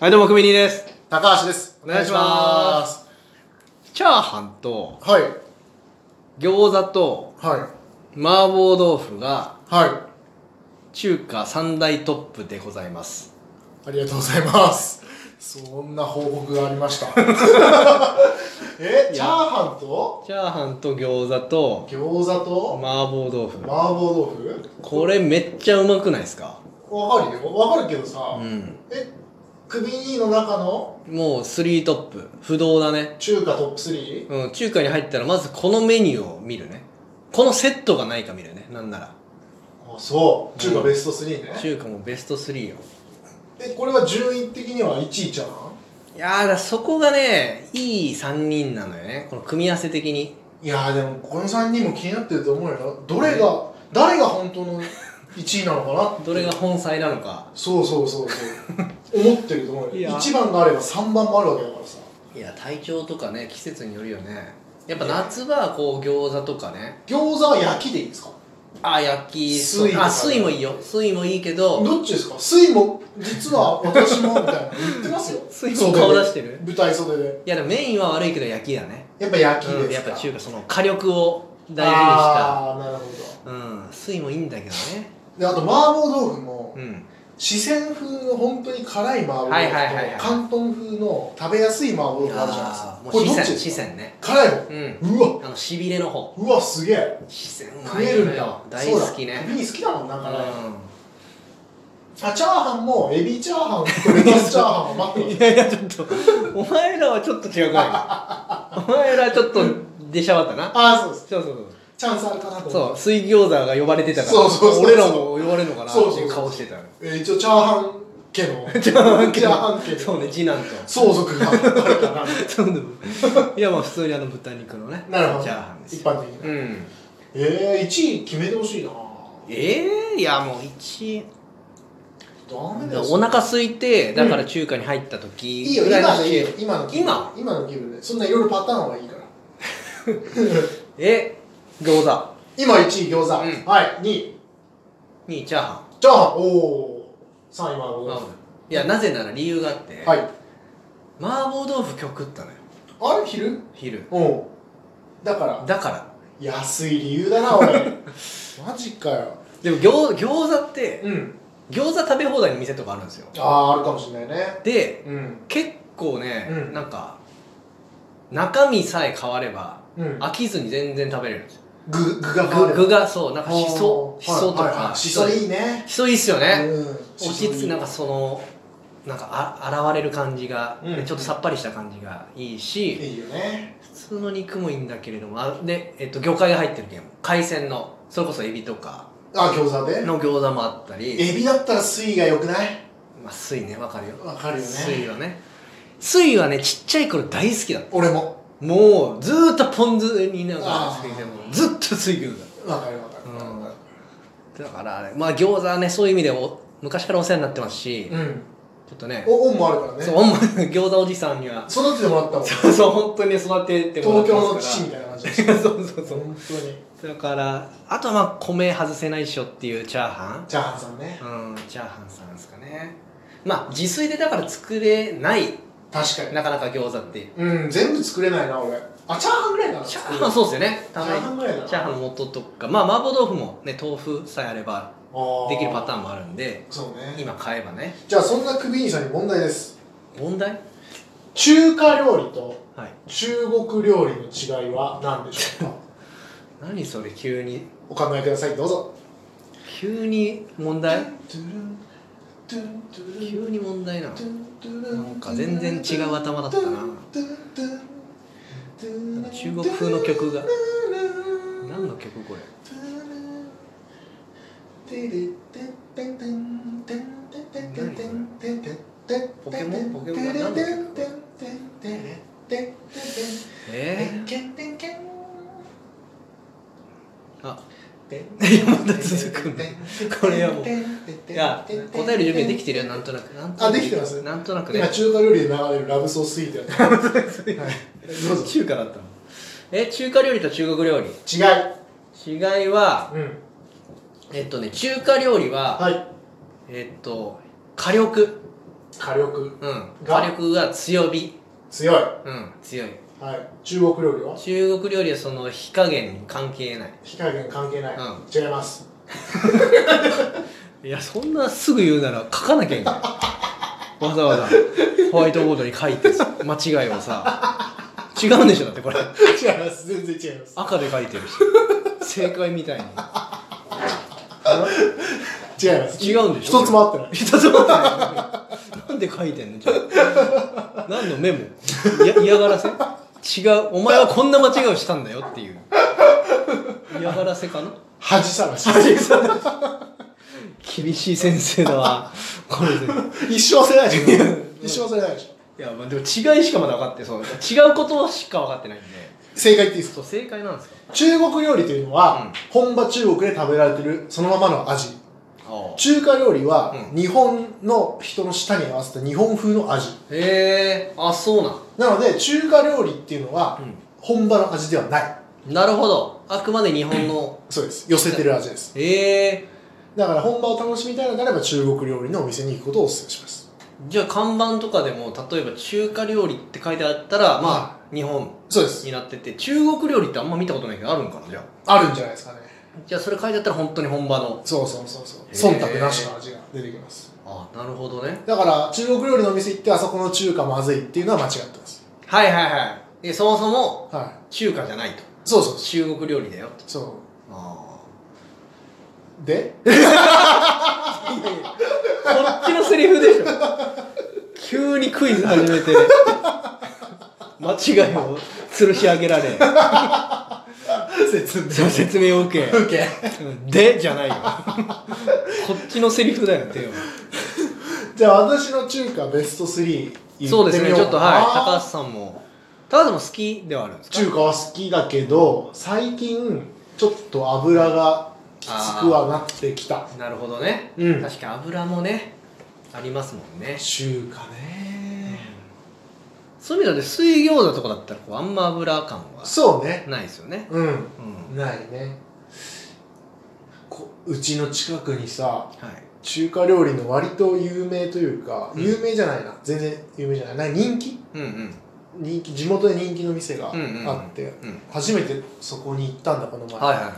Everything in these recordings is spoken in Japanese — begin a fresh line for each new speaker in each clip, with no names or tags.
はい、どうも、くみにーです。
高橋です。。
お願いしますチャーハンと、
はい。
餃子と、
はい。
麻婆豆腐が、
は
中華三大トップでございます。
い。ありがとうございます。そんな報告がありま した。え、
いや
チャーハンと
チャーハンと餃子と、
餃子と
麻婆豆腐。
麻婆豆腐
これめっちゃうまくないですか
わかるよ。わかるけどさ、
うん。
え、首2の中の
もう、スリートップ。不動だね。
中華トップ 3?
うん、中華に入ったら、まずこのメニューを見るね。このセットがないか見るね。なんなら。
あ、そう。中華ベスト3ね。
中華もベスト3よ。
え、これは順位的には1位ちゃう
いやー、だからそこがね、いい3人なのよね。この組み合わせ的に。
いやーでもこの3人も気になってると思うよ。どれが、誰が本当の1位なのかなって
どれが本妻なのか。
そうそうそうそう思ってると思う
い
よ
や
1番があれば3番もあるわけだからさ
いや体調とかね季節によるよねやっぱ夏場はこう餃子とかね
餃子は焼きでいいんですか
あ焼き
水とか
あ水もいいよ水もいいけど
どっちですか水も実は私もみたいなの言ってますよ
水も顔出してる
袖で舞台袖で
いやでもメインは悪いけど焼きだね
やっぱ焼きですか、
うん、やっぱ中華その火力を大事にした
ああーなるほ
うん水もいいんだけどね
どであと麻婆豆腐も
うん
四川風の本当に辛い麻婆豆
はい
腐
はいはいはい
と広東風の食べやすい麻婆豆腐あるじゃないです
あ
か
ーも
こ
う
れど
四
っち
川
です
四
か
川ね
辛いの
うん
うわ
あのしびれの方
うわすげえ
四川う
食
まい
えるん
のよ
だ
大好き
そうだ
ね
ビリ好きだもんな
う
辛い
ん
のあチャーハンもエビチャーハンとレタスチャーハンが待ってま
い
す
やいやちょっとお前らはちょっと違うくないかお前らはちょっと出しゃばったな
ああそうです
そうそうそう
チャンスあるかなと思
そう、水餃子が呼ばれてたから、
そうそうそう
俺らも呼ばれるのかなって
そうそ
い
うそう
う顔してたよ。
えー一応チャーハン家のチャー
ハン家の
ハン家
そうね、次男と。
相続があるか
そうねいや、まあ普通にあの豚肉のね、
らなるほど
チャーハンです
一
よ。
般的な、
うん。
えー、1位決めてほしいな
ええいやもう一
ダメだよ
お腹空いて、だから中華に入った時
いいよ
ぐら
今
の
でいいよ
中
今の気分
今
今の気分でそんないろいろパターンはいいから
え、餃子
今1位餃子、
ん
はい2位
にチャーハ
チャーハンおお3位は
ン。
僕
いや、なぜなら理由があって、
はい
麻婆豆腐今日食ったのよ、
あれ昼
昼。
うんだから
だから。
安い 理由だな俺マジかよ
でも餃餃子って、
うん
餃子食べ放題の店とかあるんですよ。
あああるかもしれないね
で、
うん
結構ね、
うん
なんか中身さえ変われば
うん
飽きずに全然食べれるんですよ
具具が変わ
具
る
具がそうなんかしそ
おー
しそと
はいはいは
か
いしそいいね
しそいいっすよね、
うん
落ち着なんかそのなんかあ現れる感じが、
うん
でちょっとさっぱりした感じがいい
い
し
いよね
普通の肉もいいんだけれどもあで、えっと、魚介が入ってるけど海鮮のそれこそエビとか
あ餃子で
の餃子もあったり
エビだったら水が良くない
まあ水ねわかるよ
わかるよ
水
ね
はね水はねちっちゃい頃大好きだった
俺も
もうずーっとポン酢になんか
あ
つ
ー
けてもずっと水餃
わかるわかるわか
子だからあれまあ餃子はねそういう意味でお昔からお世話になってますし、
る
ち
うん
ょっとね
お恩もあるからね
そうおんま餃子おじさんには
育ててもらったもん
そうそう本当に育ててもらってま
東京の
す
父
か
みたいな感じで
ら そうそうそう
本当に
だからあとはまあ米外せないっしょっていうチャーハ
チャーハンさんね
ンうんチャーハンさんですかねまあ自炊でだから作れない
確かに
なかなか餃子って
うん全部作れないな俺あチャーハンぐらいかな
チャーハンそうですよね
チャーハンぐらいだな
チャーハンの素とかまあ麻婆豆腐もね豆腐さえあればできるパタ
ーン
ーンもあるんで
そうね
今買えばね
じゃあそんなクビーニさんに問題です
問題
中華料理と
はい
中国料理の違いは何でしょうか
何それ急に
お考えくださいどうぞ
急に問題
トゥルントゥルントゥルン
急に問題なの
トゥルントゥルン
なんか全然違う頭だったな
トゥルントゥルントゥルン
中国風の曲が
トゥルン
何の曲これ
トゥルンテレテンテンテンテンテンテンテンテンテンテン
ポケモンポケモン
テレ
何の曲
テンテンテンテレテンテンテン
え
ケンテンケン
ー、あ
いやまだ続くんだ
こ
こ
れ
れ
は
は
も
も
う
う
い
い
や
や
答
答
える
える
準備
準備
で
で
き
き
て
て
る
る
よな
よなんん
と
と
な
な
く
く
なんとなく
あできてます
なんとなくね
今中華料理で流れるラブソースイートやったはいどうぞ
中華だったのえ中華料理と中国料理
違い
違いは
うん
えっとね中華料理は、
はい
えっと火力
火力
うん
が
火力が強火
強い、
うん強い
はい、中国料理は
中国料理はその火加減に関係ない
火加減関係ない、
うん
違います
いやそんなすぐ言うなら書かなきゃいけ ないわざわざホワイトボードに書いて間違いをさ違うんでしょだってこれ
違います全然違います
赤で書いてるし正解みたいに
違います
違うんでしょ
一つも合ってない
一つもなんで書いてんのじゃあ何のメモや嫌がらせ違うお前はこんな間違いをしたんだよっていう嫌がらせかな
恥さらし
厳しい先生だわこれで
一生せないでしょ一生せないでしょ
いやまあでも違いしかまだ分かってそう違うことしか分かってないんで
正解言っていいです
そ
か
う正解なんですか
中国料理というの
う
は
ん、
本場中国で食べられてるそのままの味
あ
中華料理は、
う
日本の人の舌に合わせた日本風の味
へえあそうなん
なので中華料理っていうのは、本場の味ではない
なるほどあくまで日本の
そうです寄せてる味です
ええ
だから本場を楽しみたいのであれば中国料理のお店に行くことをお勧めします
じゃあ看板とかでも例えば中華料理って書いてあったらまあ日本
そうです
になってて中国料理ってあんま見たことないけどあるんかなじゃあ
あるんじゃないですかね
じゃあそれ書いてあったら本当に本場の
そうそうそうそう
へー
忖度なしの味が出てきます
あなるほどね
だから中国料理のお店行ってあそこの中華まずいっていうのは間違ってます
はいはいはいえそもそも
はい
中華じゃないと
そうそうそう
中国料理だよと
そ
あ
うで
あこっちのセリフでしょ急にクイズ始めて間違いを吊るし上げられ
説明
その説明を受け
風景
でじゃないよこっちのセリフだよでよ
じゃあ私の中華ベスト3言ってみようかな
そうですねちょっとはい高橋さんも高橋さんも好きではあるんですか
中華は好きだけど最近ちょっと油がきつくはなってきた
なるほどね、
うん
確か油もねありますもんね
中華ね
そういう意味では水餃子とかだったらこうあんま油感は
そうね
ないですよね
うん
うん
ないねこうちの近くにさ
はい
中華料理の割と有名というか、
うん
有名じゃないな全然有名じゃないなんか人気
うんうん
人気地元で人気の店があって、
うんうんうん
初めてそこに行ったんだこの前、
はいは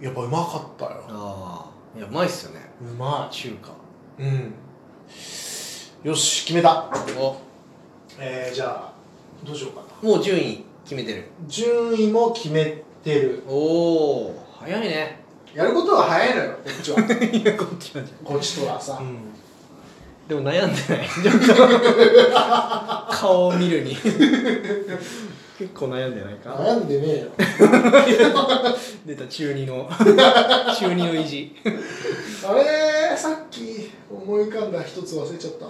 い
やっぱうまかったよ
ああいやうまいっすよね
うま
中華
いうんよし決めた
お
えー、じゃあどうしようかな
もう順位決めてる
順位も決めてる
おお早いね
やることは早いのよこっち は
いやこっちはじゃ
こっちとはさ、
うんでも悩んで ない顔を見るに結構悩んでないか
悩んでねえよ
出た中二 の中二の意地
あれーさっき思い浮かんだ一つ忘れちゃった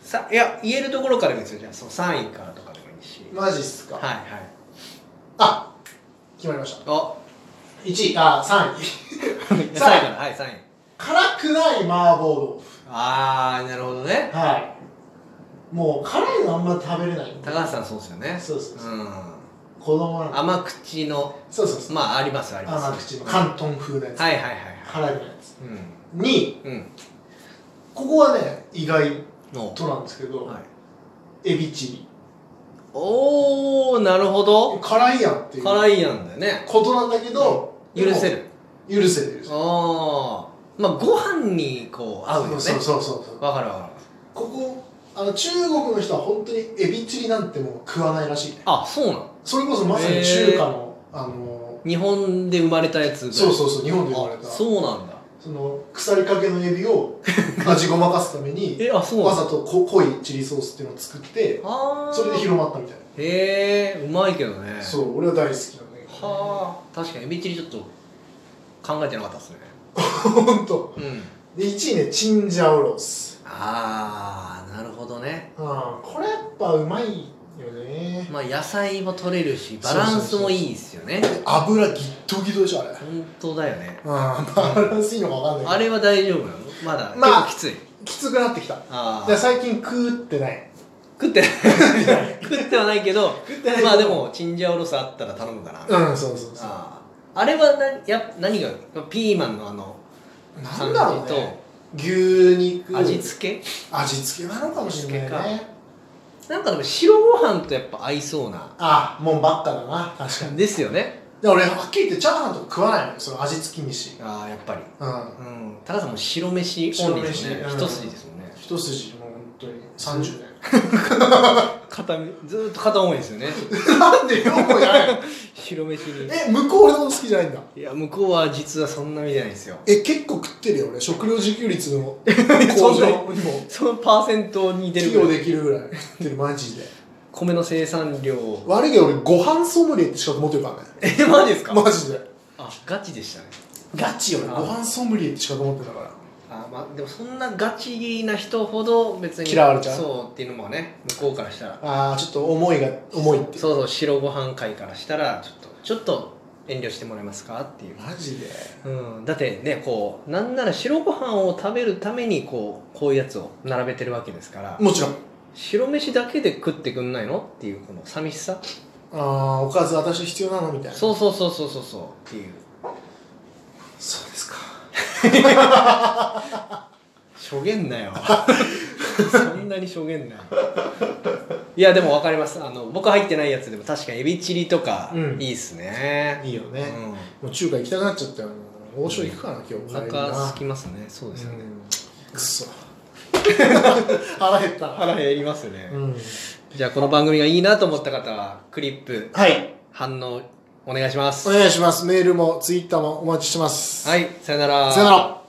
さいや言えるところからですよじゃあその3位からとかでもいいし
マジっすか、
はいはい
あ決まりました
お
1位あ三3位
3位からはい3位
辛くない麻婆豆腐
ああなるほどね
はいもう辛いのあんま食べれない
高橋さんそうですよね
そうそうそうん子供なんだ
甘口の
そうそうそう
まあありますあります
甘口の広東風のやつ、
はいはいはいはい
辛いのやつ
う
2位
んうん
ここはね意外
の
となんですけど、
はい
エビチリ
おおなるほど
辛いやんっていう
辛いやんだよね
ことなんだけど、
許せる
でも許せる許せる
ああまあご飯にこう合うよね
そうそうそうそう
わかるわかる
ここあの中国の人は本当にエビチリなんてもう食わないらしいね
あそうなの
それこそまさに中華の、あの
日本で生まれたやつぐらい
そうそうそう日本で生まれた
あ
そ
そうなんだ
の腐りかけのエビを味ごまかすために
えあそうな
わ
んだ
ざとこ濃いチリソースっていうのを作って
あー
それで広まったみたいな、
へえうまいけどね
そう俺は大好きなんだけど
はあ確かにエビチリちょっと考えてなかったですね
本当
うん
で1位ねチンジャオロース
ああなるほどね
あこれやっぱうまいよね
まあ野菜も取れるしバランスもいいですよね
油ギットギトでしょあれ
本当だよね
バランスいいのかわかんない
あ
け
れは大丈夫なのまだ、
ま
結
あ
構きつい
どきつくなってきた
あ
で
あ
最近食ってない
食ってない食ってはないけど
食って
まあでもチンジャオロースあったら頼むかな、あ
うんそうそうそう
ああれはなや何がピーマンのあの
な
感
ん
じ
だろう
と
ね牛肉
味付け
味付けなのかもしれ
味
な
付
い
け
ね
なんかでも白ご飯とやっぱ合いそうな
あもんばっかだな確かに
ですよね
で俺はっきり言ってチャーハンとか食わないのよその味付きにし
ああやっぱり
うん
うん高さんも白飯オンリーですね
白飯うん
一筋ですもんね
一筋もう本当に30
片目ずーっと片思いですよね
年なんでよもうやれ
白飯に
え向こう俺のこと好きじゃないんだ
いや向こうは実はそんなみたいなんですよ
え結構食ってるよ俺食料自給率の
そ
向
んな
上にも
そのパーセントに出る
寄
ぐら
与
い
できるぐらい食ってるマジで
米の生産量
悪いけど俺ご飯ソムリエって資格持ってるからね
えマジですか、
マジで
あガチでしたね
ガチよね
あ
ご飯ソムリエって資格持ってたから
あまあでもそんなガチな人ほど別に
嫌われちゃう
そうっていうのもね向こうからしたら
ああちょっと思いが重いっていう
そうそう白ご飯会からしたらちょっとちょっと遠慮してもらえますかっていう、
マジで
うん、だってねこうなんなら白ご飯を食べるためにこうこういうやつを並べてるわけですから
もちろん
白飯だけで食ってくんないのっていうこの寂しさ
ああおかず私必要なのみたいな
そうそうそうそうそうそうっていう
そうですか
しょげんなよそんなにしょげんなよいやでも分かりますあの僕入ってないやつでも確かにエビチリとか
うん
いいっすね、
いいよね、
うん
もう中華行きたくなっちゃったよ王将行くかな今
お
日
腹空きますねそうですよね、
うんくっそ 腹減った
腹減りますね、
うん
じゃあこの番組がいいなと思った方はクリップ
はい
反応お願いしま
お
す
願いしますメールもツイッターもお待ちしてます
はいさよなら
さよなら